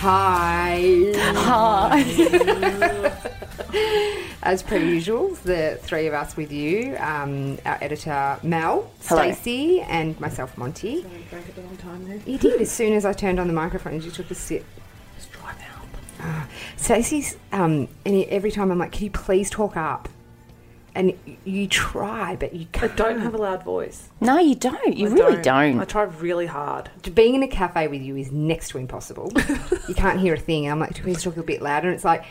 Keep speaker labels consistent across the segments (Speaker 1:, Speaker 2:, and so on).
Speaker 1: Hi.
Speaker 2: Hi.
Speaker 1: As per usual, the three of us with you, um, our editor Mel,
Speaker 2: Hello.
Speaker 1: Stacey, and myself Monty.
Speaker 3: I drank it a long time there.
Speaker 1: You did as soon as I turned on the microphone, you took a sip. Ah,
Speaker 3: It's dry mouth.
Speaker 1: Stacey's, um, and every time I'm like, can you please talk up? And you try, but you
Speaker 3: I
Speaker 1: can't.
Speaker 3: don't have a loud voice.
Speaker 2: No, you don't. You
Speaker 3: I
Speaker 2: really don't.
Speaker 3: I try really hard.
Speaker 1: being in a cafe with you is next to impossible. you can't hear a thing. And I'm like, please talk a bit louder. And it's like,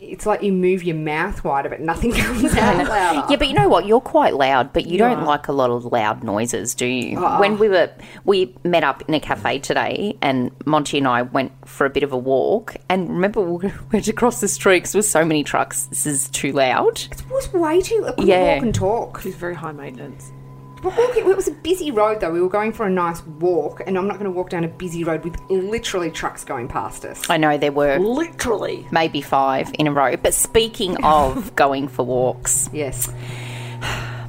Speaker 1: it's like you move your mouth wider, but nothing comes out louder.
Speaker 2: Yeah, but you know what? You're quite loud, but you, don't
Speaker 1: are.
Speaker 2: like a lot of loud noises, do you? When we were we met up in a cafe today, and Monty and I went for a bit of a walk, and remember we went across the street because there was so many trucks. This is too loud.
Speaker 1: It was way too. I couldn't
Speaker 2: Yeah.
Speaker 1: walk and talk.
Speaker 3: She's very high maintenance.
Speaker 1: We're walking, it was a busy road though. We were going for a nice walk, and I'm not going to walk down a busy road with literally trucks going past us.
Speaker 2: I know there were
Speaker 3: Literally.
Speaker 2: maybe five in a row. But speaking of going for walks,
Speaker 1: Yes.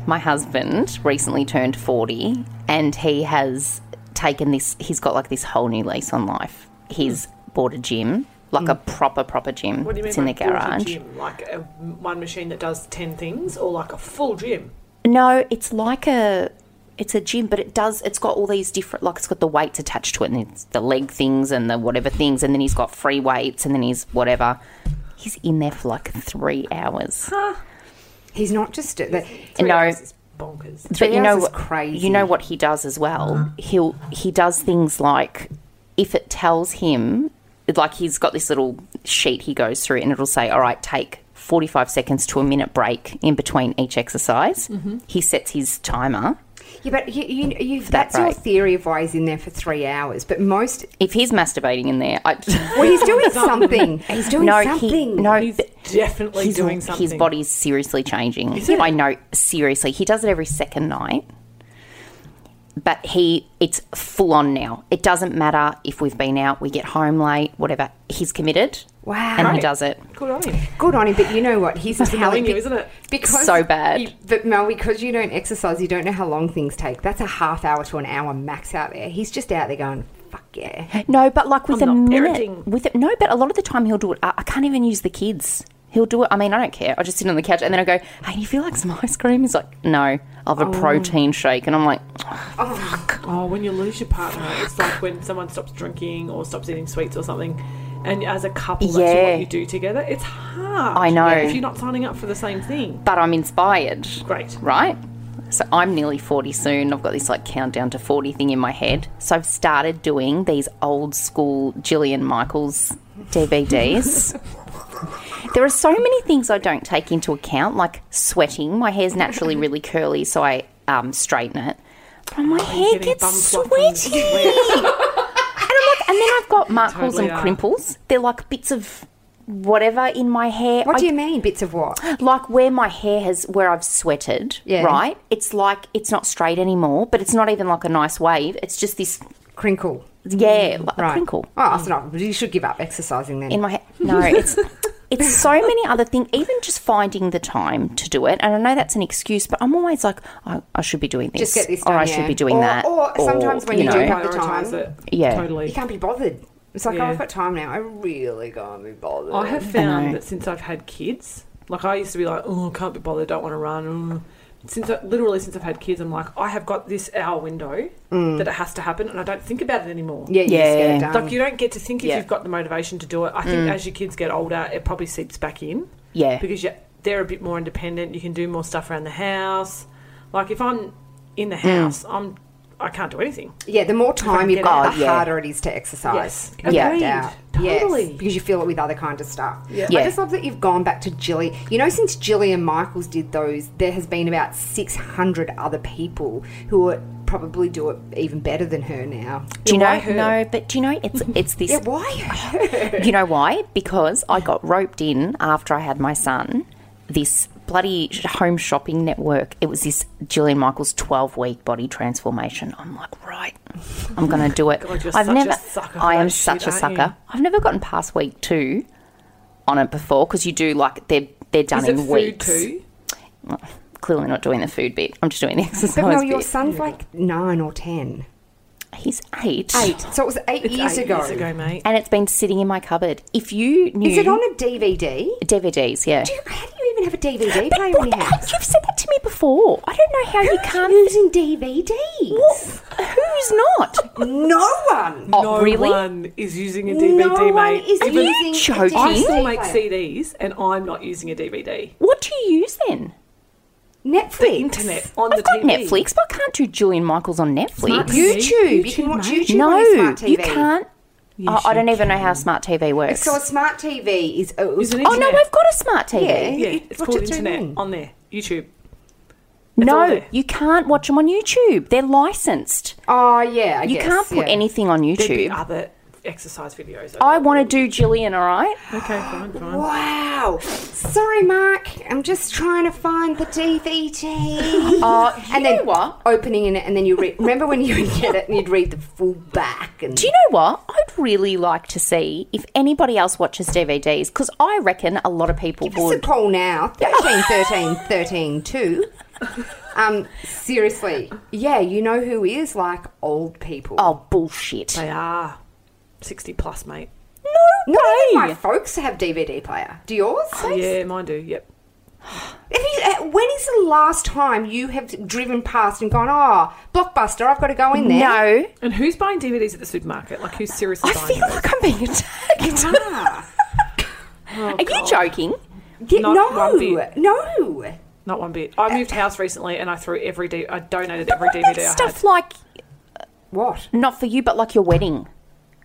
Speaker 2: my husband recently turned forty, and he has taken this. He's got like this whole new lease on life. He's bought a gym. Like a proper, proper gym.
Speaker 3: Mm. What do you mean?
Speaker 2: it's in the
Speaker 3: like built a
Speaker 2: garage.
Speaker 3: Gym? Like a, one machine that does 10 things or like a full gym?
Speaker 2: No, it's like a it's a gym, but it does it's got all these different like it's got the weights attached to it and it's the leg things and the whatever things and then he's got free weights and then he's whatever. He's in there for like three hours.
Speaker 1: He's not just uh, that.
Speaker 3: Three
Speaker 2: No.
Speaker 3: hours is bonkers.
Speaker 1: Three
Speaker 2: but you know
Speaker 1: hours is
Speaker 2: what
Speaker 1: crazy.
Speaker 2: you know what he does as well. He'll he does things like if it tells him like he's got this little sheet he goes through and it'll say, All right, take 45 seconds to a minute break in between each exercise.
Speaker 1: Mm-hmm.
Speaker 2: He sets his timer
Speaker 1: Yeah, but you, you, you,
Speaker 2: that
Speaker 1: that's your
Speaker 2: right.
Speaker 1: theory of why he's in there for three hours. But most,
Speaker 2: if he's masturbating in there, I,
Speaker 1: well, he's doing something. He's doing
Speaker 2: no,
Speaker 1: something.
Speaker 2: he, no,
Speaker 3: He's
Speaker 2: th-
Speaker 3: definitely
Speaker 2: his,
Speaker 3: doing something.
Speaker 2: his body's seriously changing.
Speaker 3: it?
Speaker 2: I know, seriously, he does it every second night. But he, it's full on now. It doesn't matter if we've been out, we get home late, whatever. He's committed.
Speaker 1: Wow.
Speaker 2: And he
Speaker 1: Right.
Speaker 2: does it.
Speaker 3: Good on him.
Speaker 1: Good on him, but you know what? He's a
Speaker 3: annoying
Speaker 1: talent.
Speaker 3: you, isn't it?
Speaker 1: Because
Speaker 2: So bad.
Speaker 1: you- but Mel, because you don't exercise, you don't know how long things take. That's a half hour to an hour max out there. He's just out there going, fuck yeah.
Speaker 2: No, but like with
Speaker 3: I'm
Speaker 2: a
Speaker 3: not
Speaker 2: minute,
Speaker 3: parenting.
Speaker 2: with it, no, but a lot of the time he'll do it. I, I can't even use the kids. He'll do it. I mean, I don't care. I just sit on the couch and then I go, "Hey, do you feel like some ice cream?" He's like, "No, I'll have a protein shake," and I'm like,
Speaker 3: Oh, when you lose your partner, it's like when someone stops drinking or stops eating sweets or something. And as a couple, that's
Speaker 2: Yeah.
Speaker 3: what you do together. It's hard.
Speaker 2: I know.
Speaker 3: If you're not signing up for the same thing.
Speaker 2: but I'm inspired.
Speaker 3: Great.
Speaker 2: Right? So I'm nearly 40 soon. I've got this like countdown to 40 thing in my head. So I've started doing these old school Gillian Michaels DVDs. there are so many things I don't take into account, like sweating. My hair's naturally really curly, so I um, straighten it. But my hair
Speaker 3: getting bum
Speaker 2: gets
Speaker 3: pluck from
Speaker 2: sweaty. and I'm like, and then I've got mark holes
Speaker 3: Totally
Speaker 2: and
Speaker 3: are.
Speaker 2: crimples. They're like bits of whatever in my hair.
Speaker 1: What
Speaker 2: I
Speaker 1: do you mean, bits of what?
Speaker 2: like where my hair has where I've sweated,
Speaker 1: Yeah.
Speaker 2: right? It's like it's not straight anymore, but it's not even like a nice wave. It's just this
Speaker 1: Crinkle.
Speaker 2: yeah, like a
Speaker 1: Right.
Speaker 2: crinkle
Speaker 1: Oh, that's not. You should give up exercising then.
Speaker 2: in my hair. No, it's it's so many other things. Even just finding the time to do it, and I know that's an excuse, but I'm always like, I, I should be doing this,
Speaker 1: Just get this
Speaker 2: or I
Speaker 1: done,
Speaker 2: should
Speaker 1: yeah.
Speaker 2: be doing
Speaker 1: Or-
Speaker 2: that,
Speaker 1: or sometimes when you do have- the time.
Speaker 3: Prioritise it.
Speaker 2: Yeah.
Speaker 3: Totally.
Speaker 1: you can't be bothered. It's like, oh,
Speaker 3: Yeah.
Speaker 1: I've got time now. I really can't be bothered.
Speaker 3: I have found that since I've had kids, like I used to be like, oh, can't be bothered, don't want to run. mm." Since I, literally since I've had kids, I'm like, I have got this hour window that it has to happen, and I don't think about it anymore.
Speaker 1: Yeah, you just get it
Speaker 2: Mm. Yeah.
Speaker 1: done.
Speaker 3: Like you don't get to think if
Speaker 2: Yeah. Mm.
Speaker 3: you've got the motivation to do it. I think as your kids get older, it probably seeps back in.
Speaker 2: Yeah.
Speaker 3: Because you, they're a bit more independent. You can do more stuff around the house. Like if I'm in the
Speaker 2: Mm.
Speaker 3: house, I'm I can't do anything.
Speaker 1: yeah, the more time you've
Speaker 3: get
Speaker 1: got,
Speaker 2: it.
Speaker 1: the
Speaker 2: Oh, yeah.
Speaker 1: harder it is to exercise.
Speaker 3: Yes.
Speaker 2: Yeah.
Speaker 3: Agreed.
Speaker 1: doubt.
Speaker 3: Totally.
Speaker 1: Yes, because you feel it with other kind of stuff.
Speaker 2: Yeah.
Speaker 1: I just love that you've gone back to Jilly. You know, since Jilly and Michaels did those, there has been about 600 other people who are, probably do it even better than her now.
Speaker 2: do you know?
Speaker 3: why her?
Speaker 2: No, but do you know? It's it's this.
Speaker 1: Yeah, why Oh, her?
Speaker 2: You know why? Because I got roped in after I had my son. This bloody sh- home shopping network. It was this Gillian Michaels 12 week body transformation. I'm like, right, I'm going to do it.
Speaker 3: God, you're such a sucker for
Speaker 2: I am
Speaker 3: that
Speaker 2: such
Speaker 3: shit,
Speaker 2: a
Speaker 3: aren't you?
Speaker 2: sucker. I've never gotten past week two on it before because you do like, they're, they're done
Speaker 3: Is it
Speaker 2: in
Speaker 3: food
Speaker 2: weeks.
Speaker 3: too?
Speaker 2: Clearly not doing the food bit. I'm just doing the exercise
Speaker 1: But no, your
Speaker 2: bit.
Speaker 1: son's like nine or 10.
Speaker 2: He's eight.
Speaker 1: Eight. So it was eight,
Speaker 3: It's
Speaker 1: years,
Speaker 3: eight
Speaker 1: ago.
Speaker 3: years ago, mate.
Speaker 2: And it's been sitting in my cupboard. If you knew.
Speaker 1: Is it on a DVD?
Speaker 2: DVDs, yeah.
Speaker 1: Do you- How do you even have a DVD
Speaker 2: But
Speaker 1: player
Speaker 2: what
Speaker 1: in your
Speaker 2: the-
Speaker 1: house?
Speaker 2: You've said that to me before. I don't know how you can't.
Speaker 1: Using DVDs?
Speaker 2: What? Who's not?
Speaker 1: No one.
Speaker 2: Oh,
Speaker 3: no
Speaker 2: really?
Speaker 3: one is using a DVD,
Speaker 1: no one
Speaker 3: mate.
Speaker 1: is
Speaker 2: Are
Speaker 1: using a
Speaker 2: you
Speaker 1: DVD
Speaker 2: joking?
Speaker 3: I still make
Speaker 1: player.
Speaker 3: CDs, and I'm not using a DVD.
Speaker 2: What do you use then?
Speaker 1: Netflix,
Speaker 3: The internet on
Speaker 2: I've
Speaker 3: the
Speaker 2: got
Speaker 3: TV.
Speaker 2: Netflix, but I can't do Julian Michaels on Netflix.
Speaker 3: Smart
Speaker 1: YouTube. You
Speaker 3: YouTube,
Speaker 1: can watch
Speaker 3: mate.
Speaker 1: YouTube
Speaker 2: no,
Speaker 1: on a smart TV.
Speaker 2: you can't.
Speaker 3: Yes,
Speaker 2: I, I don't
Speaker 3: you
Speaker 2: even know how smart TV works.
Speaker 1: So a smart TV is. Oh,
Speaker 3: Is it
Speaker 2: oh no,
Speaker 3: internet.
Speaker 2: we've got a smart TV.
Speaker 1: Yeah.
Speaker 3: Yeah, it's
Speaker 1: What
Speaker 3: called
Speaker 1: does it
Speaker 3: internet
Speaker 1: mean?
Speaker 3: on there. YouTube. all
Speaker 2: no,
Speaker 3: there.
Speaker 2: you can't watch them on YouTube. They're licensed.
Speaker 1: oh yeah, I
Speaker 2: You
Speaker 1: guess,
Speaker 2: can't put
Speaker 1: yeah.
Speaker 2: anything on
Speaker 3: There'd be
Speaker 2: YouTube.
Speaker 3: other exercise videos.
Speaker 2: I want to do Julian, all right?
Speaker 3: Okay, fine, fine.
Speaker 1: Wow. Sorry, Mark. I'm just trying to find the DVD.
Speaker 2: Uh, you
Speaker 1: and
Speaker 2: know
Speaker 1: then
Speaker 2: what?
Speaker 1: opening it, and then you re- remember when you would get it and you'd read the full back. And
Speaker 2: Do you know what? I'd really like to see if anybody else watches DVDs because I reckon a lot of people
Speaker 1: It's a
Speaker 2: would.
Speaker 1: call now. 13, 13, 13, 2. Um, seriously, yeah, you know who is like old people.
Speaker 2: Oh, bullshit.
Speaker 3: They are 60 plus, mate.
Speaker 2: No Oh,
Speaker 1: Not even my
Speaker 2: way.
Speaker 1: folks have DVD player. Do yours?
Speaker 3: Yeah, mine do, yep.
Speaker 1: Have you, uh, when is the last time you have driven past and gone, oh, Blockbuster, I've got to go in there?
Speaker 2: No.
Speaker 3: And who's buying DVDs at the supermarket? Like, who's seriously
Speaker 2: I
Speaker 3: buying
Speaker 2: feel
Speaker 3: them?
Speaker 2: like I'm being attacked.
Speaker 1: Ah.
Speaker 2: Are you joking?
Speaker 1: Yeah,
Speaker 3: Not
Speaker 1: no,
Speaker 3: one bit.
Speaker 1: no.
Speaker 3: Not one bit. I moved house recently and I threw every D- I donated every
Speaker 2: What about
Speaker 3: DVD I had.
Speaker 2: stuff like,
Speaker 1: What?
Speaker 2: not for you, but like your wedding?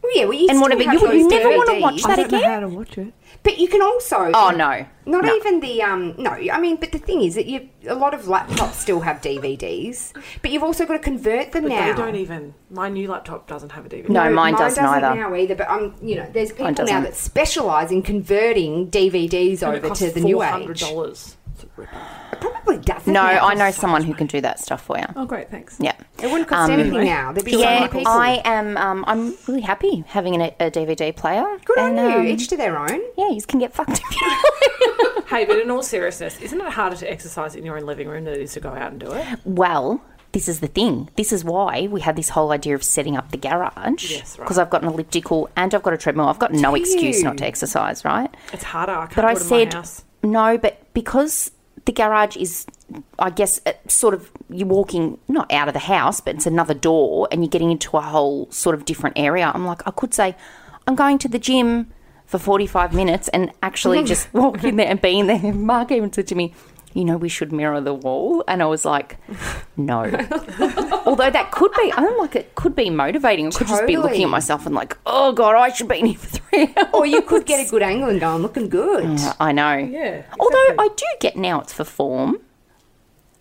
Speaker 1: Well, yeah, well, you
Speaker 2: And
Speaker 1: still
Speaker 2: whatever,
Speaker 1: have
Speaker 2: you would
Speaker 1: those
Speaker 2: never wanna
Speaker 1: DVDs.
Speaker 2: watch that I don't know again? how
Speaker 3: to watch it.
Speaker 1: But you can also.
Speaker 2: Oh, no.
Speaker 1: Not
Speaker 2: No.
Speaker 1: even the um. No, I mean, but the thing is that you a lot of laptops still have DVDs, but you've also got to convert them
Speaker 3: But
Speaker 1: now.
Speaker 3: they don't even. My new laptop doesn't have a DVD.
Speaker 2: No. mine doesn't either.
Speaker 1: now either. But I'm, you know, there's people now
Speaker 2: doesn't.
Speaker 1: that specialise in converting DVDs
Speaker 3: And it
Speaker 1: over
Speaker 3: costs
Speaker 1: to the new age.
Speaker 3: $400.
Speaker 1: It probably doesn't.
Speaker 2: No,
Speaker 1: now.
Speaker 2: I know someone who can do that stuff for you.
Speaker 3: Oh, great, thanks.
Speaker 2: Yeah.
Speaker 1: It wouldn't cost
Speaker 2: Um,
Speaker 1: anything now. There'd be so
Speaker 2: Yeah,
Speaker 1: many people.
Speaker 2: I am. Um, I'm really happy having an, a DVD player.
Speaker 1: Good on
Speaker 2: And,
Speaker 1: you.
Speaker 2: um,
Speaker 1: Each to their own.
Speaker 2: yeah, you can get fucked if you
Speaker 3: Hey, but in all seriousness, isn't it harder to exercise in your own living room than it is to go out and do it?
Speaker 2: Well, this is the thing. This is why we had this whole idea of setting up the garage.
Speaker 3: Yes, right.
Speaker 2: Because I've got an elliptical and I've got a treadmill. I've got no excuse not to exercise, right?
Speaker 3: It's harder. I can't
Speaker 2: But
Speaker 3: do
Speaker 2: I
Speaker 3: it in
Speaker 2: said
Speaker 3: my house.
Speaker 2: no, but because the garage is, I guess, uh, sort of you're walking not out of the house, but it's another door, and you're getting into a whole sort of different area. I'm like, I could say, I'm going to the gym for 45 minutes and actually just walk in there and be in there. Mark even said to me. You know, we should mirror the wall. And I was like, no. Although that could be, I'm like, it could be motivating. I could just be looking
Speaker 1: Totally.
Speaker 2: at myself and like, oh God, I should be in here for three hours.
Speaker 1: Or you could get a good angle and go, I'm looking good.
Speaker 2: I know.
Speaker 3: Yeah,
Speaker 2: Although
Speaker 3: exactly.
Speaker 2: I do get now it's for form,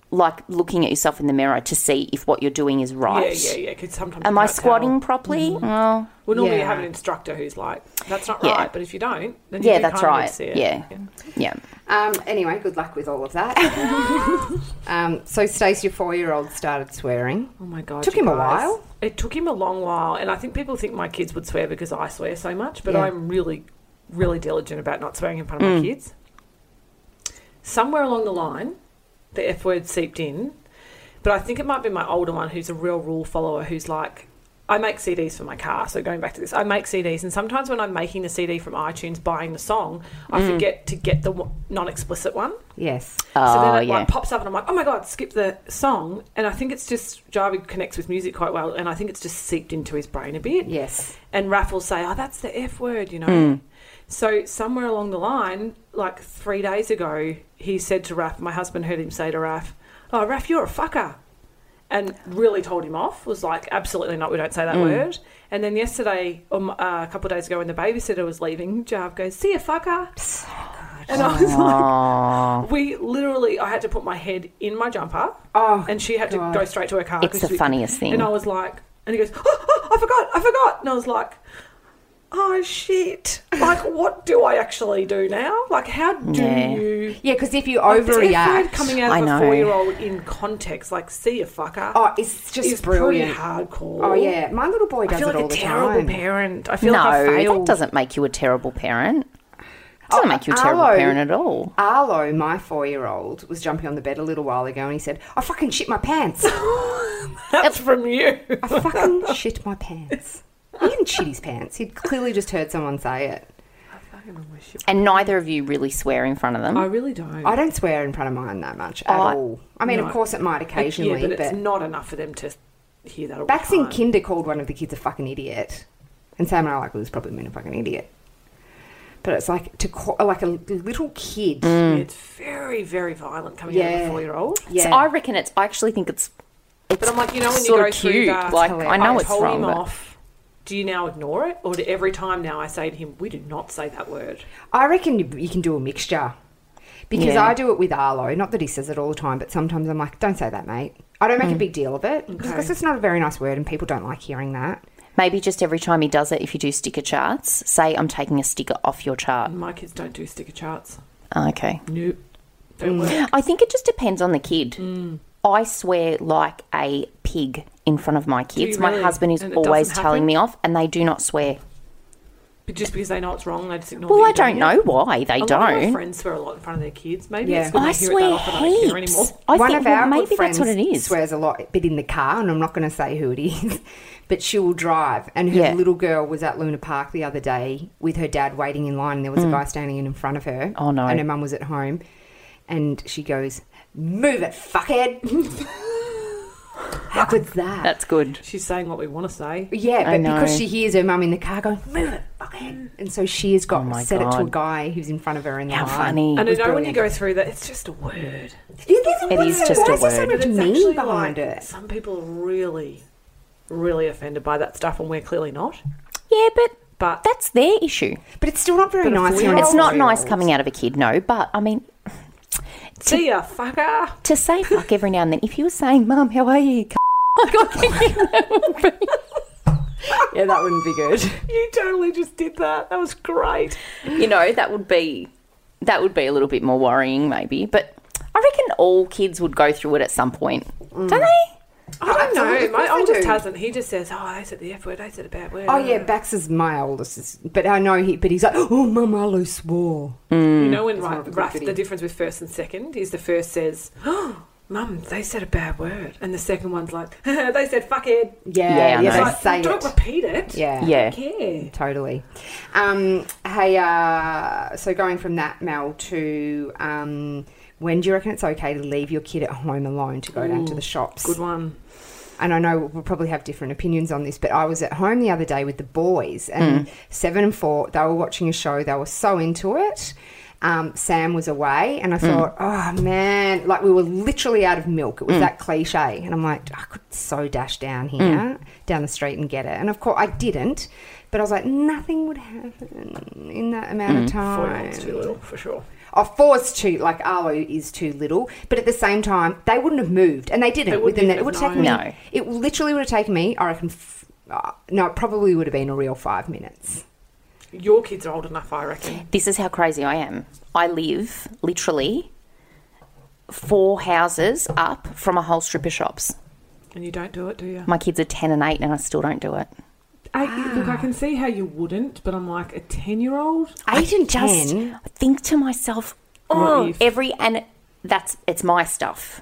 Speaker 2: like looking at yourself in the mirror to see if what you're doing is
Speaker 3: Yeah,
Speaker 2: right.
Speaker 3: yeah, yeah. Because sometimes
Speaker 2: Am
Speaker 3: you
Speaker 2: I
Speaker 3: can't
Speaker 2: squatting
Speaker 3: Tell.
Speaker 2: properly? Well,
Speaker 3: Well, normally
Speaker 1: Yeah.
Speaker 3: you have an instructor who's like, "That's not
Speaker 2: Yeah.
Speaker 3: right," but if you don't, then you
Speaker 2: yeah,
Speaker 3: do
Speaker 2: that's
Speaker 3: kind of
Speaker 2: right.
Speaker 3: see it.
Speaker 2: Yeah. yeah,
Speaker 1: Um, anyway, good luck with all of that. um, so Stacey, your four-year-old, started swearing.
Speaker 3: Oh my god.
Speaker 1: Took
Speaker 3: you
Speaker 1: him a
Speaker 3: guys.
Speaker 1: while.
Speaker 3: It took him a long while, and I think people think my kids would swear because I swear so much, but
Speaker 1: Yeah. Mm.
Speaker 3: I'm really, really diligent about not swearing in front of my kids. Somewhere along the line, the F word seeped in, but I think it might be my older one who's a real rule follower who's like, I make CDs for my car. So going back to this, I make CDs, and sometimes when I'm making the CD from iTunes, buying the song, I
Speaker 1: Mm.
Speaker 3: forget to get the w- non-explicit one.
Speaker 1: Yes.
Speaker 2: Oh,
Speaker 3: So then it
Speaker 2: yeah.
Speaker 3: like pops up and I'm like, oh my god, skip the song. And I think it's just Jarvie connects with music quite well, and I think it's just seeped into his brain a bit.
Speaker 1: Yes.
Speaker 3: And Raph will say, oh, that's the F word, you know.
Speaker 2: Hmm.
Speaker 3: So somewhere along the line, like three days ago, he said to Raph, my husband heard him say to Raph, oh Raph, you're a fucker. And really told him off. Was like, absolutely not. We don't say that
Speaker 2: Hmm.
Speaker 3: word. And then yesterday, um, uh, a couple of days ago, when the babysitter was leaving, Jarv goes, "See ya, fucker." And I was like, we literally, I had to put my head in my jumper.
Speaker 1: Oh,
Speaker 3: and she had
Speaker 1: God.
Speaker 3: to go straight to her car.
Speaker 2: It's
Speaker 3: 'cause
Speaker 2: the
Speaker 3: she-
Speaker 2: funniest thing.
Speaker 3: And I was like, and he goes, oh, oh, I forgot, I forgot. And I was like, oh shit. Like, what do I actually do now? Like, how do
Speaker 2: Yeah.
Speaker 3: you.
Speaker 1: Yeah, because if you
Speaker 3: Like, this F word
Speaker 1: overreact,
Speaker 3: coming out
Speaker 2: I
Speaker 3: of
Speaker 2: know.
Speaker 3: a four year old in context, like, see a fucker.
Speaker 1: oh, it's just
Speaker 3: is
Speaker 1: brilliant.
Speaker 3: pretty hardcore.
Speaker 1: Oh yeah, my little boy
Speaker 3: I
Speaker 1: does
Speaker 3: feel
Speaker 1: it
Speaker 3: like
Speaker 1: all
Speaker 3: a
Speaker 1: the
Speaker 3: terrible
Speaker 1: time.
Speaker 3: parent. I feel
Speaker 2: No,
Speaker 3: like I
Speaker 2: that
Speaker 3: failed. Oh,
Speaker 2: doesn't make you a terrible parent. doesn't make you a terrible
Speaker 1: Oh, Arlo-
Speaker 2: parent at all.
Speaker 1: Arlo, my four year old, was jumping on the bed a little while ago and he said, I fucking shit my pants.
Speaker 3: That's from you.
Speaker 1: I fucking shit my pants. He didn't shit his pants. He'd clearly just heard someone say it.
Speaker 2: And neither of you really swear in front of them.
Speaker 3: I really don't.
Speaker 1: I don't swear in front of mine that much at
Speaker 2: I-
Speaker 1: all. I mean, of
Speaker 3: Hmm. No.
Speaker 1: course it might occasionally,
Speaker 3: yeah,
Speaker 1: but,
Speaker 3: but it's not enough for them to hear that. All
Speaker 1: Bax
Speaker 3: the
Speaker 1: in
Speaker 3: time.
Speaker 1: kinder called one of the kids a fucking idiot, and Sam and I like, well, he's probably been a fucking idiot. But it's like to call, like a little kid.
Speaker 3: It's very, very violent coming out of
Speaker 1: Yeah.
Speaker 3: Mm. a four-year-old.
Speaker 1: Yeah,
Speaker 2: So I reckon it's. I actually think it's. it's
Speaker 3: But I'm like, you know, when you
Speaker 2: sort
Speaker 3: go
Speaker 2: of
Speaker 3: through
Speaker 2: cute.
Speaker 3: that,
Speaker 2: like I know
Speaker 3: I
Speaker 2: it's
Speaker 3: told
Speaker 2: wrong,
Speaker 3: him
Speaker 2: but
Speaker 3: off. Do you now ignore it, or do every time now I say to him, "We do not say that word"?
Speaker 1: I reckon you, you can do a mixture because
Speaker 2: Yeah.
Speaker 1: I do it with Arlo. Not that he says it all the time, but sometimes I'm like, don't say that, mate. I don't make a big deal of it because
Speaker 3: Mm. Okay.
Speaker 1: it's not a very nice word, and people don't like hearing that.
Speaker 2: maybe just every time he does it, if you do sticker charts, say I'm taking a sticker off your chart.
Speaker 3: My kids don't do sticker charts.
Speaker 2: Okay.
Speaker 3: Nope, don't work.
Speaker 2: I think it just depends on the kid.
Speaker 3: Mm.
Speaker 2: I swear like a pig in front of my kids. My
Speaker 3: really?
Speaker 2: husband is
Speaker 3: And it
Speaker 2: always
Speaker 3: doesn't
Speaker 2: telling
Speaker 3: happen?
Speaker 2: me off, and they do not swear.
Speaker 3: But just because they know it's wrong, they just ignore.
Speaker 2: Well,
Speaker 3: that
Speaker 2: I
Speaker 3: you're doing
Speaker 2: don't know why they
Speaker 3: It. A lot of my
Speaker 2: don't.
Speaker 3: friends swear a lot in front of their kids. Maybe
Speaker 1: Yeah.
Speaker 3: it's good
Speaker 2: I
Speaker 3: they hear it that
Speaker 2: swear
Speaker 3: often. I don't care
Speaker 2: heaps.
Speaker 3: anymore.
Speaker 2: I
Speaker 1: One
Speaker 2: think
Speaker 1: of
Speaker 2: well,
Speaker 1: our good
Speaker 2: maybe that's what it
Speaker 1: friends
Speaker 2: is.
Speaker 1: Swears a lot, but in the car, and I'm not going to say who it is. But she will drive, and her
Speaker 2: Yeah.
Speaker 1: little girl was at Luna Park the other day with her dad waiting in line, and there was a guy standing in front of her.
Speaker 2: Mm. Oh, no.
Speaker 1: And her mum was at home, and she goes, "Move it, fuckhead." How good's that?
Speaker 2: That's good.
Speaker 3: She's saying what we want to say.
Speaker 1: yeah,
Speaker 2: I
Speaker 1: but because
Speaker 2: know.
Speaker 1: she hears her mum in the car going, "Move it, fuckhead," and so she has got
Speaker 2: Oh my
Speaker 1: said it to a
Speaker 2: God.
Speaker 1: guy who's in front of her in the
Speaker 2: How
Speaker 1: line.
Speaker 2: funny.
Speaker 3: And I know
Speaker 1: was
Speaker 3: when you go through that, it's just a word.
Speaker 1: It
Speaker 2: is just
Speaker 1: Why
Speaker 2: a
Speaker 1: is there so
Speaker 2: word.
Speaker 3: But
Speaker 1: much
Speaker 3: it's
Speaker 1: meaning
Speaker 3: actually
Speaker 1: behind
Speaker 3: like,
Speaker 1: it?
Speaker 3: Some people are really, really offended by that stuff, and we're clearly not.
Speaker 2: yeah, but
Speaker 3: But
Speaker 2: that's their issue.
Speaker 1: But it's still not very
Speaker 3: But a
Speaker 1: nice.
Speaker 3: four-year-old-
Speaker 1: hearing
Speaker 2: It's not
Speaker 1: four-year-old.
Speaker 2: nice coming out of a kid, no, but I mean,
Speaker 3: see ya, fucker.
Speaker 2: to say fuck every now and then, if you were saying, Mum, how are you? c-" Like, I think that would be-
Speaker 1: Yeah, that wouldn't be good.
Speaker 3: You totally just did that. That was great.
Speaker 2: you know, that would be that would be a little bit more worrying maybe. But I reckon all kids would go through it at some point.
Speaker 1: Mm.
Speaker 2: Don't they?
Speaker 3: I don't
Speaker 1: absolutely.
Speaker 3: know.
Speaker 1: Of
Speaker 3: My
Speaker 1: course I
Speaker 3: oldest
Speaker 1: do.
Speaker 3: hasn't. He just says, "Oh, I said the f word. I said a bad word."
Speaker 1: Oh yeah, Bax is my oldest, is- but I know he. But he's like, oh, Mum Arlo swore.
Speaker 3: You know when
Speaker 1: more of a
Speaker 3: right,
Speaker 1: good
Speaker 3: rough,
Speaker 1: goodie.
Speaker 3: the difference with first and second is the first says, "Oh, mum, they said a bad word," and the second one's like, "They said fuckhead."
Speaker 1: Yeah, yeah,
Speaker 2: I
Speaker 1: they
Speaker 2: know.
Speaker 3: Like,
Speaker 1: say
Speaker 3: don't
Speaker 1: it.
Speaker 3: repeat it.
Speaker 1: Yeah,
Speaker 2: Yeah.
Speaker 3: Care.
Speaker 1: totally. Um, hey, uh, so going from that, Mel, to um, when do you reckon it's okay to leave your kid at home alone to go down to the shops?
Speaker 3: Good one.
Speaker 1: and I know we'll probably have different opinions on this, but I was at home the other day with the boys, and seven and four, they were watching a show. They were so into it. Um, Sam was away, and I thought, oh man, like we were literally out of milk. It was that cliche. And I'm like, I could so dash down here, down the street, and get it. And of course, I didn't, but I was like, nothing would happen in that amount of
Speaker 3: Four
Speaker 1: time.
Speaker 3: year too little for sure.
Speaker 1: Oh, four's too like Arlo is too little, but at the same time they wouldn't have moved, and they didn't.
Speaker 3: They wouldn't
Speaker 1: within
Speaker 3: even
Speaker 1: that, it would
Speaker 3: have
Speaker 1: take me.
Speaker 2: known. No.
Speaker 1: It literally would have taken me. I reckon. F- uh, no, it probably would have been a real five minutes.
Speaker 3: Your kids are old enough, I reckon.
Speaker 2: This is how crazy I am. I live literally four houses up from a whole strip of shops.
Speaker 3: And you don't do it, do you?
Speaker 2: My kids are ten and eight and I still don't do it.
Speaker 3: I, look, I can see how you wouldn't, but I'm like a ten-year-old.
Speaker 1: Eight and
Speaker 2: just
Speaker 1: ten.
Speaker 2: think to myself,
Speaker 3: What
Speaker 2: oh,
Speaker 3: if?
Speaker 2: every and that's it's my stuff.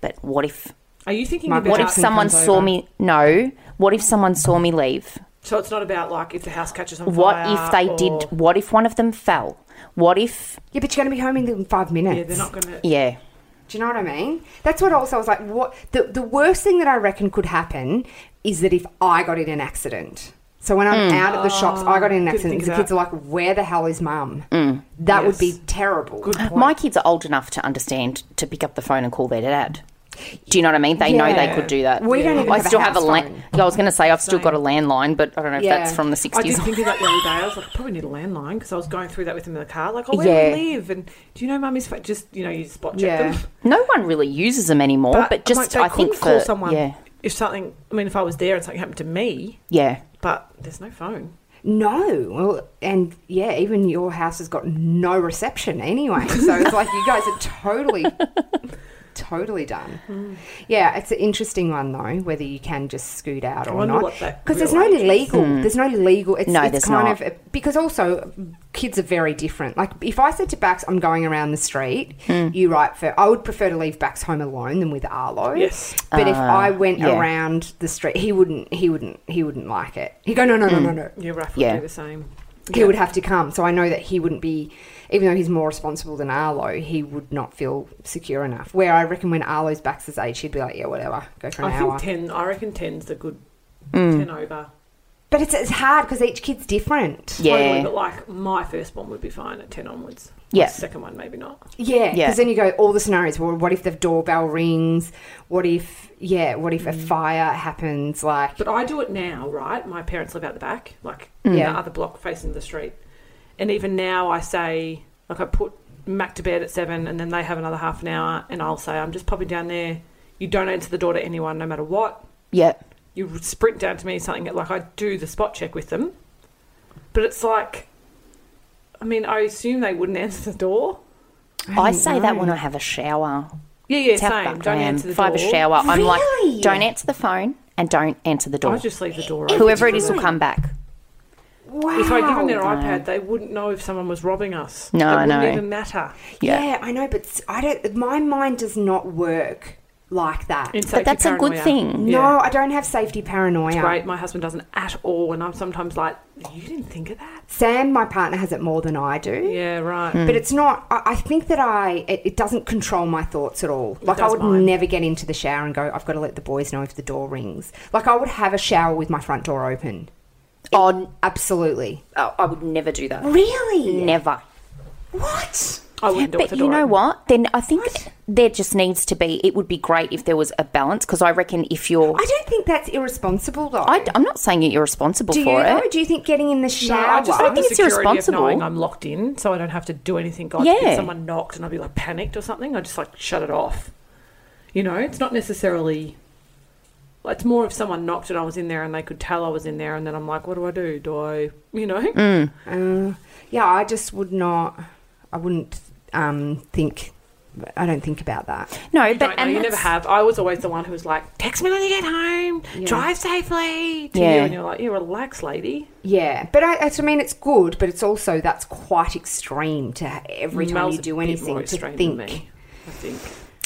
Speaker 2: But what if?
Speaker 3: Are you thinking
Speaker 1: My
Speaker 3: about?
Speaker 2: What if
Speaker 1: Mm. Jackson
Speaker 2: someone
Speaker 1: comes
Speaker 2: saw
Speaker 1: over.
Speaker 2: me? No. What if someone saw me leave?
Speaker 3: So it's not about like if the house catches on fire.
Speaker 2: What if they
Speaker 3: or-
Speaker 2: did? What if one of them fell? What if?
Speaker 1: Yeah, but you're going to be home in five
Speaker 3: Yeah,
Speaker 1: minutes.
Speaker 3: they're not going to.
Speaker 2: Yeah.
Speaker 1: Do you know what I mean? That's what also I was like. What the the worst thing that I reckon could happen is that if I got in an accident. So when
Speaker 3: Hmm.
Speaker 1: I'm out at the shops, I got in an
Speaker 3: Good
Speaker 1: accident.
Speaker 3: thing
Speaker 1: The
Speaker 3: that- Hmm.
Speaker 1: kids are like, "Where the hell is mum?" That would
Speaker 3: Yes.
Speaker 1: be terrible.
Speaker 3: Good point.
Speaker 2: My kids are old enough to understand to pick up the phone and call their dad. Do you know what I mean? They know they
Speaker 1: Yeah.
Speaker 2: could do that.
Speaker 1: We don't even
Speaker 2: I
Speaker 1: have a
Speaker 2: still have a
Speaker 1: house
Speaker 2: land.
Speaker 1: phone.
Speaker 2: I was going to say I've still got a landline, but I don't know if
Speaker 1: Yeah.
Speaker 2: that's from the
Speaker 3: I did
Speaker 2: sixties.
Speaker 3: think of that the other day. I was like, I probably need a landline because I was going through that with him in the car. Like, oh, where
Speaker 2: Yeah.
Speaker 3: do we live? And do you know mummy's fa-? Just, you know, you spot check
Speaker 1: Yeah.
Speaker 3: them.
Speaker 2: No one really uses them anymore. But,
Speaker 3: I'm like,
Speaker 2: just
Speaker 3: they
Speaker 2: I think
Speaker 3: couldn't call
Speaker 2: for
Speaker 3: someone
Speaker 2: yeah,
Speaker 3: if something, I mean, if I was there and something happened to me,
Speaker 2: yeah.
Speaker 3: but there's no phone.
Speaker 1: No, well, and yeah, even your house has got no reception anyway. So it's like you guys are totally totally done.
Speaker 2: Hmm.
Speaker 1: Yeah, it's an interesting one though, whether you can just scoot out
Speaker 3: I
Speaker 1: or
Speaker 3: wonder
Speaker 1: not.
Speaker 3: what that
Speaker 1: Because there's no
Speaker 3: real age is.
Speaker 1: legal. There's no legal. It's,
Speaker 2: Hmm. No,
Speaker 1: it's
Speaker 2: there's
Speaker 1: kind
Speaker 2: not.
Speaker 1: of because also kids are very different. Like if I said to Bax, I'm going around the street.
Speaker 2: Hmm.
Speaker 1: You write for. I would prefer to leave Bax home alone than with Arlo.
Speaker 3: Yes.
Speaker 1: But if I went
Speaker 2: Ah, yeah.
Speaker 1: around the street, he wouldn't. He wouldn't. He wouldn't like it. He'd go, no, no,
Speaker 2: Hmm.
Speaker 1: no, no, no
Speaker 3: Your Raph would
Speaker 2: Yeah.
Speaker 3: do the same.
Speaker 1: he would have to come. So I know that he wouldn't be, even though he's more responsible than Arlo, he would not feel secure enough. Where I reckon when Arlo's back's his age, he'd be like, yeah, whatever, go for an
Speaker 3: I
Speaker 1: hour.
Speaker 3: think ten. I reckon ten's the good
Speaker 2: Mm.
Speaker 3: ten over.
Speaker 1: but it's, it's hard because each kid's different.
Speaker 3: Totally,
Speaker 2: Yeah.
Speaker 3: but like my firstborn would be fine at ten onwards.
Speaker 2: Yeah.
Speaker 3: My second one maybe not.
Speaker 1: Yeah, because
Speaker 2: Yeah.
Speaker 1: then you go all the scenarios. Well, what if the doorbell rings? What if, yeah, what if a fire happens? Like,
Speaker 3: Mm. But I do it now, right? My parents live out the back, like
Speaker 2: Mm.
Speaker 1: Yeah.
Speaker 3: the other block facing the street. And even now I say like I put Mac to bed at seven and then they have another half an hour and I'll say, I'm just popping down there. You don't answer the door to anyone no matter what.
Speaker 2: Yeah.
Speaker 3: you sprint down to me something like I do the spot check with them, but it's like, I mean, I assume they wouldn't answer the door.
Speaker 2: I,
Speaker 1: don't
Speaker 2: say that
Speaker 1: know.
Speaker 2: when I have a shower.
Speaker 3: Yeah, yeah,
Speaker 2: It's how
Speaker 3: same.
Speaker 2: fucked
Speaker 3: Don't
Speaker 2: I am.
Speaker 3: answer the
Speaker 2: if
Speaker 3: door.
Speaker 2: I have a shower, I'm
Speaker 1: Really?
Speaker 2: like, don't answer the phone and don't answer the door.
Speaker 3: I just leave the door open.
Speaker 2: Whoever it
Speaker 3: for
Speaker 2: is will
Speaker 3: them.
Speaker 2: come back.
Speaker 1: Wow.
Speaker 3: If I give them their
Speaker 2: Wow.
Speaker 3: iPad, they wouldn't know if someone was robbing us.
Speaker 2: No,
Speaker 3: it
Speaker 2: I
Speaker 3: wouldn't
Speaker 2: know.
Speaker 3: even matter.
Speaker 1: yeah.
Speaker 2: Yeah.
Speaker 1: I know, but s- I don't, my mind does not work like that.
Speaker 3: It's
Speaker 2: But
Speaker 3: safety
Speaker 2: that's a good
Speaker 3: paranoia.
Speaker 2: thing.
Speaker 1: no,
Speaker 3: Yeah.
Speaker 1: I don't have safety paranoia.
Speaker 3: Great, my husband doesn't at all, and I'm sometimes like, you didn't think of that.
Speaker 1: Sam, my partner, has it more than I do.
Speaker 3: Yeah, right.
Speaker 2: Mm.
Speaker 1: But it's not. I, I think that I it, it doesn't control my thoughts at all. Like I
Speaker 3: does
Speaker 1: would
Speaker 3: mine.
Speaker 1: never get into the shower and go. I've got to let the boys know if the door rings. Like I would have a shower with my front door open.
Speaker 2: On,
Speaker 1: Absolutely.
Speaker 2: oh, I would never do that.
Speaker 1: Really?
Speaker 2: Never.
Speaker 1: What?
Speaker 3: I wouldn't do it.
Speaker 2: But
Speaker 3: with the
Speaker 2: you
Speaker 3: door
Speaker 2: know
Speaker 3: open.
Speaker 2: what? Then I think there just needs to be. It would be great if there was a balance because I reckon if you're,
Speaker 1: I don't think that's irresponsible though.
Speaker 2: I, am not saying you're irresponsible
Speaker 1: do you
Speaker 2: for
Speaker 1: though?
Speaker 2: it.
Speaker 1: Do you think getting in the
Speaker 3: No,
Speaker 1: shower?
Speaker 3: I just
Speaker 2: I think
Speaker 3: have the
Speaker 2: it's
Speaker 3: security of
Speaker 2: irresponsible.
Speaker 3: knowing I'm locked in, so I don't have to do anything. God,
Speaker 2: Yeah.
Speaker 3: if someone knocked and I'd be like panicked or something, I just like shut it off. You know, it's not necessarily. like, It's more if someone knocked and I was in there and they could tell I was in there, and then I'm like, what do I do? Do I, you know?
Speaker 2: Mm.
Speaker 1: Uh, yeah, I just would not. I wouldn't um, think. I don't think about that.
Speaker 2: No,
Speaker 3: You
Speaker 2: but
Speaker 3: don't know,
Speaker 2: and
Speaker 3: you never
Speaker 2: that's-
Speaker 3: have. I was always the one who was like, text me when you get home, drive safely to you,
Speaker 2: Yeah.
Speaker 3: and you're like, yeah, relax, lady.
Speaker 1: Yeah, but I, I mean, it's good, but it's also that's quite extreme to ha- every time
Speaker 3: Mel's
Speaker 1: you
Speaker 3: a
Speaker 1: do
Speaker 3: bit more
Speaker 1: anything
Speaker 3: extreme
Speaker 1: to
Speaker 3: than
Speaker 1: think.
Speaker 3: me, I think.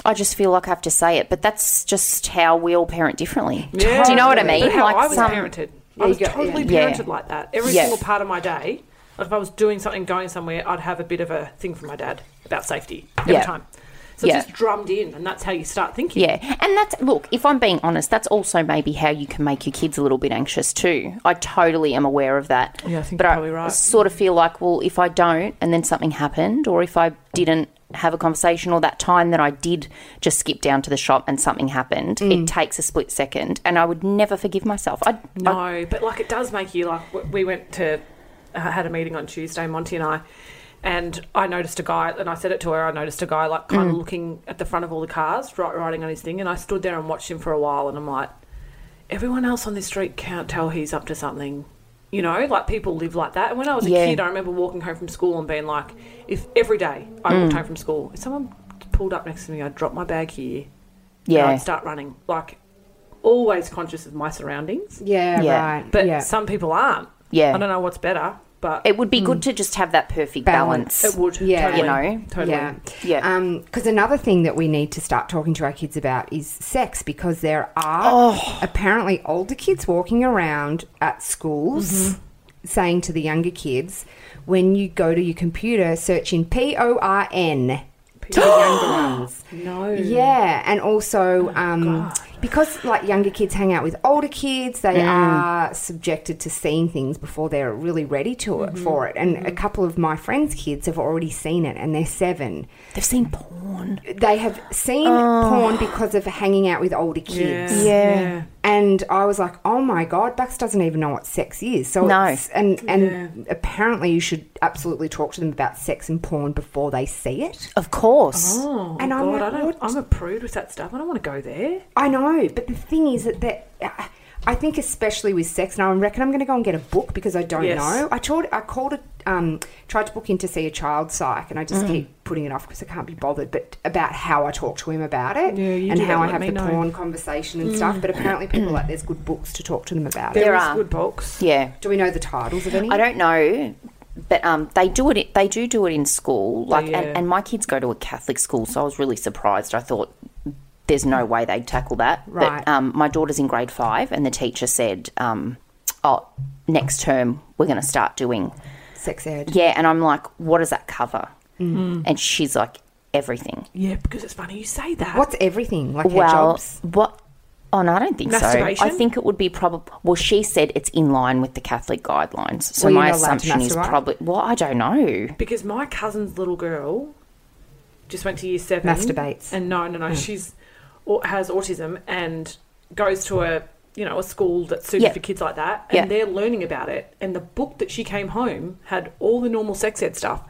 Speaker 2: I just feel like I have to say it. But that's just how we all parent differently. Do you know what I mean?
Speaker 3: But how
Speaker 2: like
Speaker 3: I was
Speaker 2: some,
Speaker 3: parented.
Speaker 1: Yeah,
Speaker 3: I was
Speaker 1: you go-
Speaker 3: totally
Speaker 2: yeah.
Speaker 3: parented
Speaker 2: Yeah.
Speaker 3: like that. Every
Speaker 2: Yeah.
Speaker 3: single part of my day, like if I was doing something, going somewhere, I'd have a bit of a thing from my dad about safety every
Speaker 2: Yeah.
Speaker 3: time. So
Speaker 2: Yeah.
Speaker 3: it's just drummed in, and that's how you start thinking.
Speaker 2: Yeah, and that's look. If I'm being honest, that's also maybe how you can make your kids a little bit anxious too. I totally am aware of that.
Speaker 3: Yeah, I think
Speaker 2: but
Speaker 3: you're
Speaker 2: I
Speaker 3: probably right.
Speaker 2: sort of feel like, well, if I don't, and then something happened, or if I didn't have a conversation, or that time that I did just skip down to the shop and something happened,
Speaker 3: Mm.
Speaker 2: it takes a split second, and I would never forgive myself. I, I
Speaker 3: No, but like it does make you like. w- We went to uh, had a meeting on Tuesday, Monty and I, and I noticed a guy, and I said it to her. I noticed a guy like
Speaker 2: Mm.
Speaker 3: kind of looking at the front of all the cars, right, riding on his thing, and I stood there and watched him for a while, and I'm like, everyone else on this street can't tell he's up to something. You know, like people live like that. And when I was a
Speaker 2: Yeah.
Speaker 3: kid, I remember walking home from school and being like, if every day I
Speaker 2: Mm.
Speaker 3: walked home from school, if someone pulled up next to me, I'd drop my bag here. And
Speaker 2: yeah,
Speaker 3: I'd start running. Like, always conscious of my surroundings.
Speaker 1: Yeah,
Speaker 2: Yeah.
Speaker 1: right.
Speaker 3: But
Speaker 1: yeah.
Speaker 3: some people aren't.
Speaker 2: Yeah.
Speaker 3: I don't know what's better, but
Speaker 2: it would be good to just have that perfect
Speaker 1: Balance.
Speaker 2: balance.
Speaker 3: Mm. it would.
Speaker 1: Yeah.
Speaker 3: Totally,
Speaker 2: You know?
Speaker 3: Totally.
Speaker 1: Yeah,
Speaker 2: Yeah.
Speaker 1: Because another thing that we need to start talking to our kids about is sex, because there are
Speaker 2: Oh.
Speaker 1: apparently older kids walking around at
Speaker 2: Mm-hmm.
Speaker 1: schools saying to the younger kids, "When you go to your computer, search in P O R N to the younger ones."
Speaker 3: No.
Speaker 1: Yeah, and also um, because like younger kids hang out with older kids, they are subjected to seeing things before they're really ready to it for it. And a couple of my friends' kids have already seen it, and they're seven.
Speaker 2: They've seen porn.
Speaker 1: They have seen porn because of hanging out with older
Speaker 3: Yeah.
Speaker 1: kids.
Speaker 2: Yeah.
Speaker 3: yeah.
Speaker 1: And I was like, "Oh my god, Bax doesn't even know what sex is." So
Speaker 2: No.
Speaker 1: it's, and and apparently you should absolutely talk to them about sex and porn before they see it.
Speaker 2: Of course.
Speaker 3: Oh,
Speaker 1: And
Speaker 3: God,
Speaker 1: I'm
Speaker 3: I'm,
Speaker 1: like,
Speaker 3: I do
Speaker 1: what?
Speaker 3: not I'm a prude with that stuff. I don't want to go there.
Speaker 1: I know, but the thing is that that. uh, I- I think especially with sex, and I reckon I'm going to go and get a book because I don't
Speaker 3: Yes.
Speaker 1: know. I told I called a, um, tried to book in to see a child psych, and I
Speaker 2: Mm.
Speaker 1: just keep putting it off because I can't be bothered. But about how I talk to him about it
Speaker 3: Yeah, you
Speaker 1: and
Speaker 3: did
Speaker 1: how I
Speaker 3: let
Speaker 1: have
Speaker 3: me
Speaker 1: the
Speaker 3: know.
Speaker 1: porn conversation and stuff. But apparently, people like there's good books to talk to them about it.
Speaker 2: Mm. There
Speaker 3: There is
Speaker 2: are.
Speaker 3: good books.
Speaker 2: Yeah.
Speaker 1: Do we know the titles of any?
Speaker 2: I don't know, but um, they do it. They do do it in
Speaker 1: Oh,
Speaker 2: school. Like,
Speaker 3: yeah.
Speaker 2: and, and my kids go to a Catholic school, so I was really surprised. I thought there's no way they'd tackle that.
Speaker 1: Right.
Speaker 2: But um, my daughter's in grade five, and the teacher said, um, "Oh, next term we're going to start doing."
Speaker 1: Sex ed.
Speaker 2: Yeah, and I'm like, "What does that cover?"
Speaker 1: Mm-hmm.
Speaker 2: And she's like, "Everything."
Speaker 3: Yeah, because it's funny you say that.
Speaker 1: What's everything like? Her
Speaker 2: Well,
Speaker 1: jobs.
Speaker 2: what? Oh no, I don't think so. I
Speaker 3: Masturbation?
Speaker 2: think it would be probably. Well, she said it's in line with the Catholic guidelines, so
Speaker 1: Well, you're
Speaker 2: my
Speaker 1: not allowed to
Speaker 2: assumption is
Speaker 1: masturbate?
Speaker 2: probably. Well, I don't know.
Speaker 3: Because my cousin's little girl just went to year seven.
Speaker 1: Masturbates.
Speaker 3: And no, no, no.
Speaker 2: Hmm.
Speaker 3: She's or has autism and goes to a you know a school that's suited
Speaker 2: Yeah.
Speaker 3: for kids like that, and
Speaker 2: Yeah.
Speaker 3: they're learning about it. And the book that she came home had all the normal sex ed stuff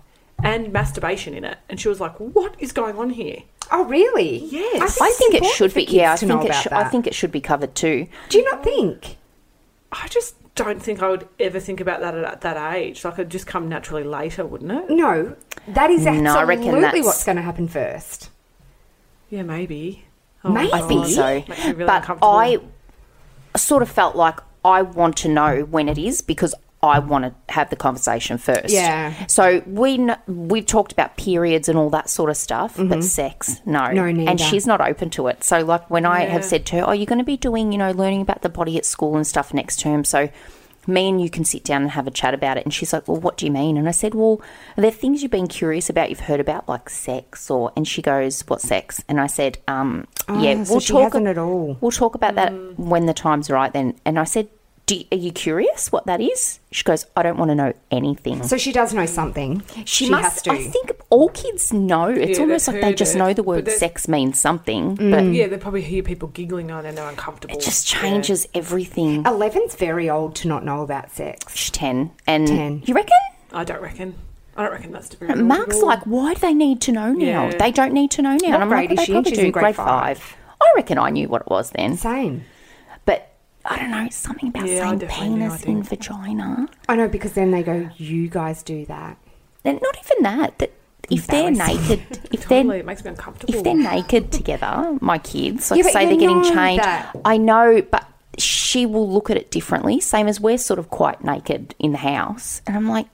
Speaker 3: and masturbation in it, and she was like, "What is going on here?"
Speaker 1: Oh, really?
Speaker 3: Yes.
Speaker 2: I
Speaker 1: it's
Speaker 2: think it
Speaker 1: important
Speaker 2: should
Speaker 1: for
Speaker 2: be. Yeah, I
Speaker 1: kids to know
Speaker 2: think it.
Speaker 1: about
Speaker 2: Sh- I
Speaker 1: that.
Speaker 2: think it should be covered too.
Speaker 1: Do you not think?
Speaker 3: I just don't think I would ever think about that at that age. Like it'd just come naturally later, wouldn't it?
Speaker 1: No, that is absolutely
Speaker 2: No, I reckon that's-
Speaker 1: what's going to happen first.
Speaker 3: Yeah, maybe.
Speaker 1: Maybe.
Speaker 2: I think
Speaker 1: Oh,
Speaker 2: so.
Speaker 3: Makes me really
Speaker 2: but
Speaker 3: uncomfortable.
Speaker 2: I sort of felt like I want to know when it is because I want to have the conversation first.
Speaker 1: Yeah.
Speaker 2: So we kn- we've talked about periods and all that sort of stuff,
Speaker 3: Mm-hmm.
Speaker 2: but sex, no,
Speaker 1: No,
Speaker 2: And
Speaker 1: neither.
Speaker 2: she's not open to it. So like when I have
Speaker 3: Yeah.
Speaker 2: said to her, "Oh, you're going to be doing, you know, learning about the body at school and stuff next term," so. Me and you can sit down and have a chat about it. And she's like, Well, what do you mean? And I said, Well, are there things you've been curious about, you've heard about, like sex or. And she goes, What sex? And I said, um, Yeah,
Speaker 1: Oh, so
Speaker 2: we'll
Speaker 1: she
Speaker 2: talk
Speaker 1: hasn't at all.
Speaker 2: We'll talk about that
Speaker 3: Mm.
Speaker 2: when the time's right then. And I said, Do you, are you curious what that is? She goes, I don't want to know anything.
Speaker 1: So she does know something. has
Speaker 2: she, must,
Speaker 1: to.
Speaker 2: I think all kids know. It's
Speaker 3: Yeah,
Speaker 2: almost
Speaker 3: they've
Speaker 2: like they
Speaker 3: heard
Speaker 2: just
Speaker 3: it,
Speaker 2: know the
Speaker 3: but
Speaker 2: word
Speaker 3: they-
Speaker 2: sex means something,
Speaker 1: Mm.
Speaker 2: but
Speaker 3: Yeah, they probably hear people giggling now and they're uncomfortable.
Speaker 2: it Mm. just changes
Speaker 1: Oh.
Speaker 2: everything.
Speaker 1: 11's very old to not know about sex.
Speaker 2: She's 10. And
Speaker 1: 10.
Speaker 2: you reckon?
Speaker 3: I don't reckon. I don't reckon that's very.
Speaker 2: Mark's like, why do they need to know now?
Speaker 3: Mm-hmm. Yeah.
Speaker 2: They don't need to know now. and I'm
Speaker 1: grade
Speaker 2: like, well,
Speaker 1: is
Speaker 2: they
Speaker 1: she in?
Speaker 2: probably
Speaker 1: She's
Speaker 2: do
Speaker 1: in grade five.
Speaker 2: I reckon I knew what it was then.
Speaker 1: Same.
Speaker 2: But I don't know, something about
Speaker 3: Yeah, I
Speaker 2: saying
Speaker 3: definitely know, I
Speaker 2: penis and vagina.
Speaker 1: I know because then they go, you guys do that.
Speaker 2: And not even that. That if they're naked, if
Speaker 3: totally,
Speaker 2: they're
Speaker 3: it makes me uncomfortable.
Speaker 2: if they're naked together, my kids, like
Speaker 1: Yeah, but
Speaker 2: say
Speaker 1: you
Speaker 2: they're getting
Speaker 1: know
Speaker 2: changed.
Speaker 1: that.
Speaker 2: I know, but she will look at it differently. Same as we're sort of quite naked in the house, and I'm like,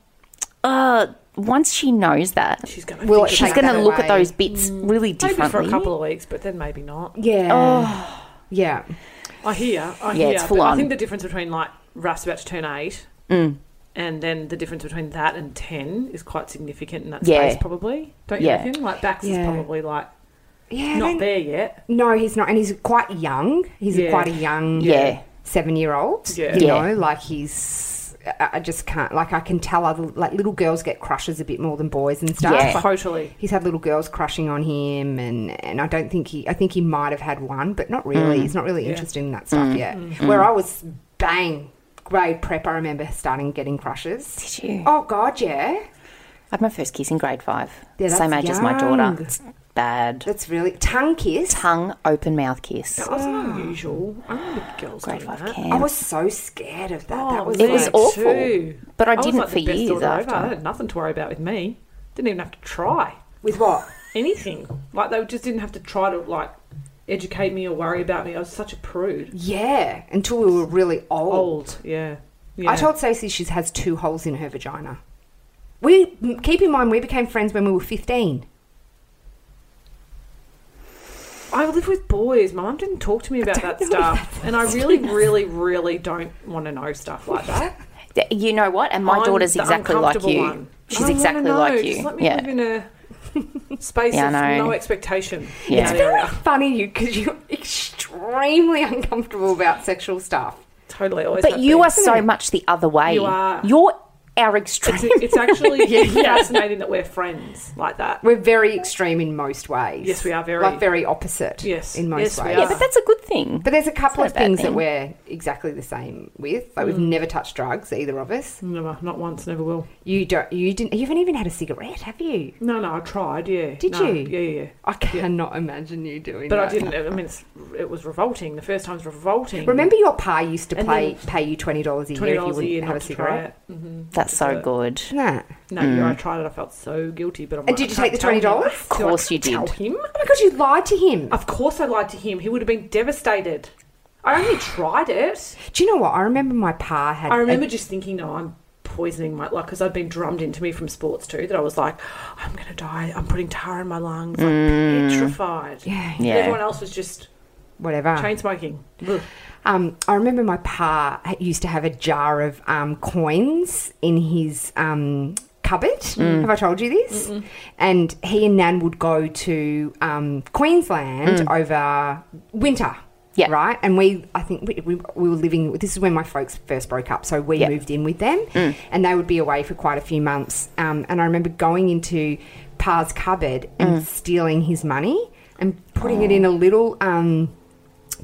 Speaker 2: uh, once she knows that,
Speaker 3: she's gonna.
Speaker 1: Will
Speaker 3: think
Speaker 1: it
Speaker 2: she's
Speaker 1: take
Speaker 3: about
Speaker 2: going
Speaker 1: that
Speaker 2: to look at
Speaker 1: away. Mm.
Speaker 2: those bits really
Speaker 3: it maybe
Speaker 2: differently.
Speaker 3: for a couple of weeks, but then maybe not.
Speaker 1: Yeah. Oh. Yeah.
Speaker 3: I hear. I
Speaker 2: Yeah,
Speaker 3: hear.
Speaker 2: it's
Speaker 3: but
Speaker 2: full
Speaker 3: I
Speaker 2: on. Mm.
Speaker 3: think the difference between like Raph's about to turn eight, and then the difference between that and ten is quite significant in that
Speaker 2: Yeah.
Speaker 3: space, probably. Don't you
Speaker 2: Yeah.
Speaker 3: reckon? Like Bax
Speaker 1: Yeah.
Speaker 3: is probably like
Speaker 1: Yeah.
Speaker 3: not
Speaker 1: then-
Speaker 3: there yet.
Speaker 1: No, he's not. And he's quite young. He's
Speaker 3: Yeah.
Speaker 1: quite a young
Speaker 2: Yeah.
Speaker 1: seven year old.
Speaker 3: Yeah.
Speaker 1: You
Speaker 2: Yeah.
Speaker 1: know, like he's. I I just can't. Like, I can tell other. Like, little girls get crushes a bit more than boys and stuff.
Speaker 2: Yeah.
Speaker 3: Totally.
Speaker 1: he's had little girls crushing on him and and I don't think he I think he might have had one but not really
Speaker 2: Mm.
Speaker 1: he's not really interested in that stuff yet where I was bang grade prep I remember starting getting crushes
Speaker 2: Did you?
Speaker 1: oh god yeah
Speaker 2: I had my first kiss in grade five.
Speaker 1: Yeah, that's
Speaker 2: Same age as my daughter.
Speaker 1: young.
Speaker 2: It's bad.
Speaker 1: that's really tongue kiss
Speaker 2: Tongue, open mouth kiss.
Speaker 3: That wasn't unusual. I remember girls
Speaker 2: Grade
Speaker 3: doing
Speaker 2: five
Speaker 3: that.
Speaker 1: I
Speaker 2: camp.
Speaker 1: was so scared of that that
Speaker 3: Oh,
Speaker 1: was
Speaker 2: It was
Speaker 1: like-
Speaker 3: me
Speaker 2: awful.
Speaker 3: too.
Speaker 2: But I
Speaker 3: was,
Speaker 2: didn't
Speaker 3: like, the
Speaker 2: for
Speaker 3: best
Speaker 2: years
Speaker 3: daughter ever.
Speaker 2: after.
Speaker 3: I had nothing to worry about with me. Didn't even have to try
Speaker 1: with what
Speaker 3: anything. Like they just didn't have to try to like educate me or worry about me. I was such a prude.
Speaker 1: yeah until we were really old,
Speaker 2: Oh,
Speaker 3: Old, yeah. yeah.
Speaker 1: I told Stacey she has two holes in her vagina we keep in mind we became friends when we were 15
Speaker 3: I live with boys. My mum didn't talk to me about that stuff, and I really, really, really don't want to know stuff like that.
Speaker 2: Th- You know what? And my
Speaker 3: I'm
Speaker 2: daughter's
Speaker 3: the
Speaker 2: exactly like
Speaker 3: uncomfortable
Speaker 2: you.
Speaker 3: one. Oh, I
Speaker 2: She's
Speaker 3: don't
Speaker 2: exactly
Speaker 3: wanna know.
Speaker 2: like you.
Speaker 3: Just let me
Speaker 2: yeah.
Speaker 3: live in a space
Speaker 2: Yeah, I
Speaker 3: of
Speaker 2: know.
Speaker 3: no expectation. in
Speaker 2: Yeah.
Speaker 3: that
Speaker 2: It's
Speaker 3: area.
Speaker 1: funny you because you're extremely uncomfortable about sexual stuff
Speaker 3: Totally. Always.
Speaker 2: but
Speaker 3: have
Speaker 2: you
Speaker 3: been.
Speaker 2: are so much the other way.
Speaker 3: You are.
Speaker 2: You're our extreme.
Speaker 3: It's, it's actually fascinating that we're friends like that.
Speaker 1: We're very extreme in most ways.
Speaker 3: Yes, we are very-
Speaker 1: like very opposite.
Speaker 3: Yes.
Speaker 1: in most
Speaker 3: Yes, we
Speaker 1: ways.
Speaker 2: yeah,
Speaker 3: are.
Speaker 2: but that's a good thing.
Speaker 1: But there's a couple
Speaker 2: not
Speaker 1: of
Speaker 2: a bad
Speaker 1: things that
Speaker 2: thing.
Speaker 1: we're exactly the same with. Like we've
Speaker 3: Mm.
Speaker 1: never touched drugs, either of us.
Speaker 3: Never, not once, never will.
Speaker 1: You don't. You didn't. You haven't even had a cigarette, have you?
Speaker 3: No, no, I tried. Yeah.
Speaker 1: Did
Speaker 3: No,
Speaker 1: you?
Speaker 3: Yeah, yeah. yeah.
Speaker 1: I cannot imagine you doing.
Speaker 3: But I
Speaker 1: that.
Speaker 3: didn't. I mean, it's, it was revolting. The first time was revolting.
Speaker 1: Remember your pa used to
Speaker 3: And
Speaker 1: play
Speaker 3: then-
Speaker 1: pay you twenty dollars a year
Speaker 3: twenty
Speaker 1: if you
Speaker 3: dollars a
Speaker 1: wouldn't
Speaker 3: year
Speaker 1: have
Speaker 3: not
Speaker 1: a
Speaker 3: to try
Speaker 1: cigarette.
Speaker 3: it. Mm-hmm.
Speaker 2: That's
Speaker 3: to
Speaker 2: so
Speaker 3: do it.
Speaker 2: good.
Speaker 1: Nah.
Speaker 3: No, yeah, I tried it. I felt so guilty. But I'm
Speaker 1: And
Speaker 3: like,
Speaker 1: did
Speaker 3: I
Speaker 1: you
Speaker 3: can't
Speaker 1: take the
Speaker 3: tell him.
Speaker 1: $20?
Speaker 2: Of course you did.
Speaker 3: Tell him?
Speaker 1: Oh my god, you lied to him.
Speaker 3: Of course I lied to him. He would have been devastated. I only tried it.
Speaker 1: Do you know what? I remember my pa had.
Speaker 3: I remember just thinking, no, I'm poisoning my like because I'd been drummed into me from sports too that I was like, I'm gonna die. I'm putting tar in my lungs. I'm petrified.
Speaker 1: Yeah. Ah.
Speaker 3: And
Speaker 2: Yeah.
Speaker 3: Everyone else was just
Speaker 1: whatever.
Speaker 3: chain smoking. Ugh.
Speaker 1: Um, I remember my pa ha- used to have a jar of um, coins in his um, cupboard.
Speaker 2: Mm.
Speaker 1: Have I told you this? And he and Nan would go to um, Queensland over winter.
Speaker 2: Mm. Yeah.
Speaker 1: Right. And we, I think we, we, we were living, this is when my folks first broke up. So we
Speaker 2: Yeah. Mm.
Speaker 1: moved in with them and they would be away for quite a few months. Um, and I remember going into Pa's cupboard
Speaker 2: Mm.
Speaker 1: and stealing his money and putting
Speaker 2: Oh.
Speaker 1: it in a little. Um,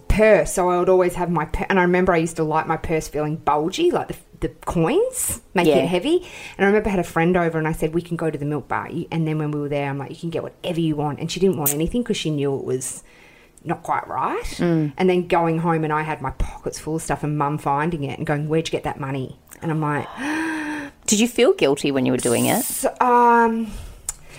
Speaker 1: purse. So I would always have my pur- and I remember I used to like my purse feeling bulgy, like the, the coins, make
Speaker 2: Yeah.
Speaker 1: it heavy. And I remember I had a friend over and I said we can go to the milk bar. You- And then when we were there, I'm like, you can get whatever you want. And she didn't want anything because she knew it was not quite right. And then going home and I had my pockets full of stuff and mum finding it and going, where'd you get that money? And I'm like,
Speaker 2: Did you feel guilty when you were doing it?
Speaker 1: so, um,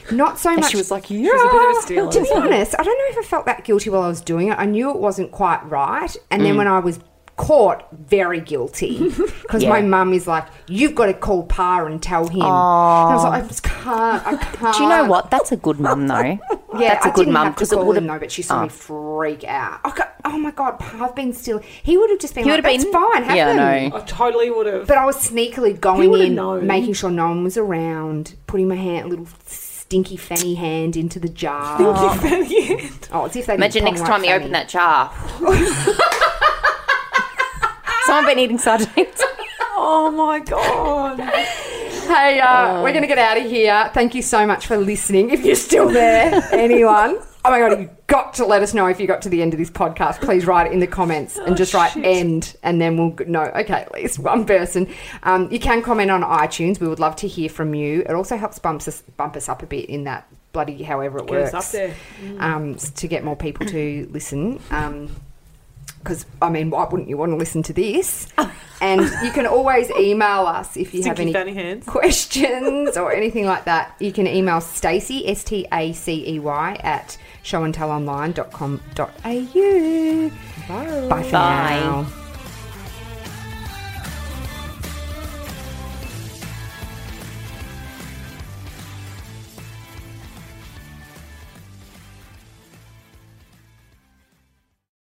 Speaker 1: not so
Speaker 2: And
Speaker 1: much.
Speaker 2: she was like,
Speaker 3: a bit of a
Speaker 2: yeah.
Speaker 3: stealer.
Speaker 1: To be honest, I don't know if I felt that guilty while I was doing it. I knew it wasn't quite right. And
Speaker 2: Mm.
Speaker 1: then when I was caught, very guilty. Because
Speaker 2: Yeah.
Speaker 1: my mum is like, you've got to call Pa and tell him. And I was like, I just can't. I can't.
Speaker 2: Do you
Speaker 3: Uh,
Speaker 2: know what? That's a good mum, though.
Speaker 1: Yeah,
Speaker 2: That's a
Speaker 1: I
Speaker 2: good
Speaker 1: didn't
Speaker 2: mum
Speaker 1: have to
Speaker 2: because it Ah.
Speaker 1: call
Speaker 2: would
Speaker 1: him, though,
Speaker 2: have.
Speaker 1: but she saw me freak out. I go- oh my God, Pa's been still. He would have just been
Speaker 2: He
Speaker 1: like,
Speaker 2: would have
Speaker 1: that's
Speaker 2: been
Speaker 1: fine, have
Speaker 2: Yeah,
Speaker 1: them.
Speaker 2: I know.
Speaker 3: I totally would have.
Speaker 1: But I was sneakily going
Speaker 3: would've
Speaker 1: in,
Speaker 3: known?
Speaker 1: making sure no one was around, putting my hand, little stinky fanny hand into the jar. Oh, it's if they
Speaker 2: Imagine next time you open that jar. Someone been eating sardines.
Speaker 3: oh my god.
Speaker 1: Hey, uh, we're going
Speaker 3: Um,
Speaker 1: to get out of here. Thank you so much for listening. If you're still there, anyone. Oh my God, you've got to let us know if you got to the end of this podcast. Please write it in the comments and just write
Speaker 3: Oh, shit.
Speaker 1: end, and then we'll g- know. Okay, at least one person. Um, you can comment on iTunes. We would love to hear from you. It also helps bumps us, bump us up a bit in that bloody however it
Speaker 3: Get us
Speaker 1: works.
Speaker 3: up there.
Speaker 1: um, s- to get more people to listen. Um, because I mean, why wouldn't you want to listen to this? And you can always email us if you have
Speaker 3: Stinky
Speaker 1: any
Speaker 3: fanny hands.
Speaker 1: questions or anything like that. You can email Stacey S T A C E Y at showandtellonline.com.au. Bye. Bye for
Speaker 2: Bye.
Speaker 1: now.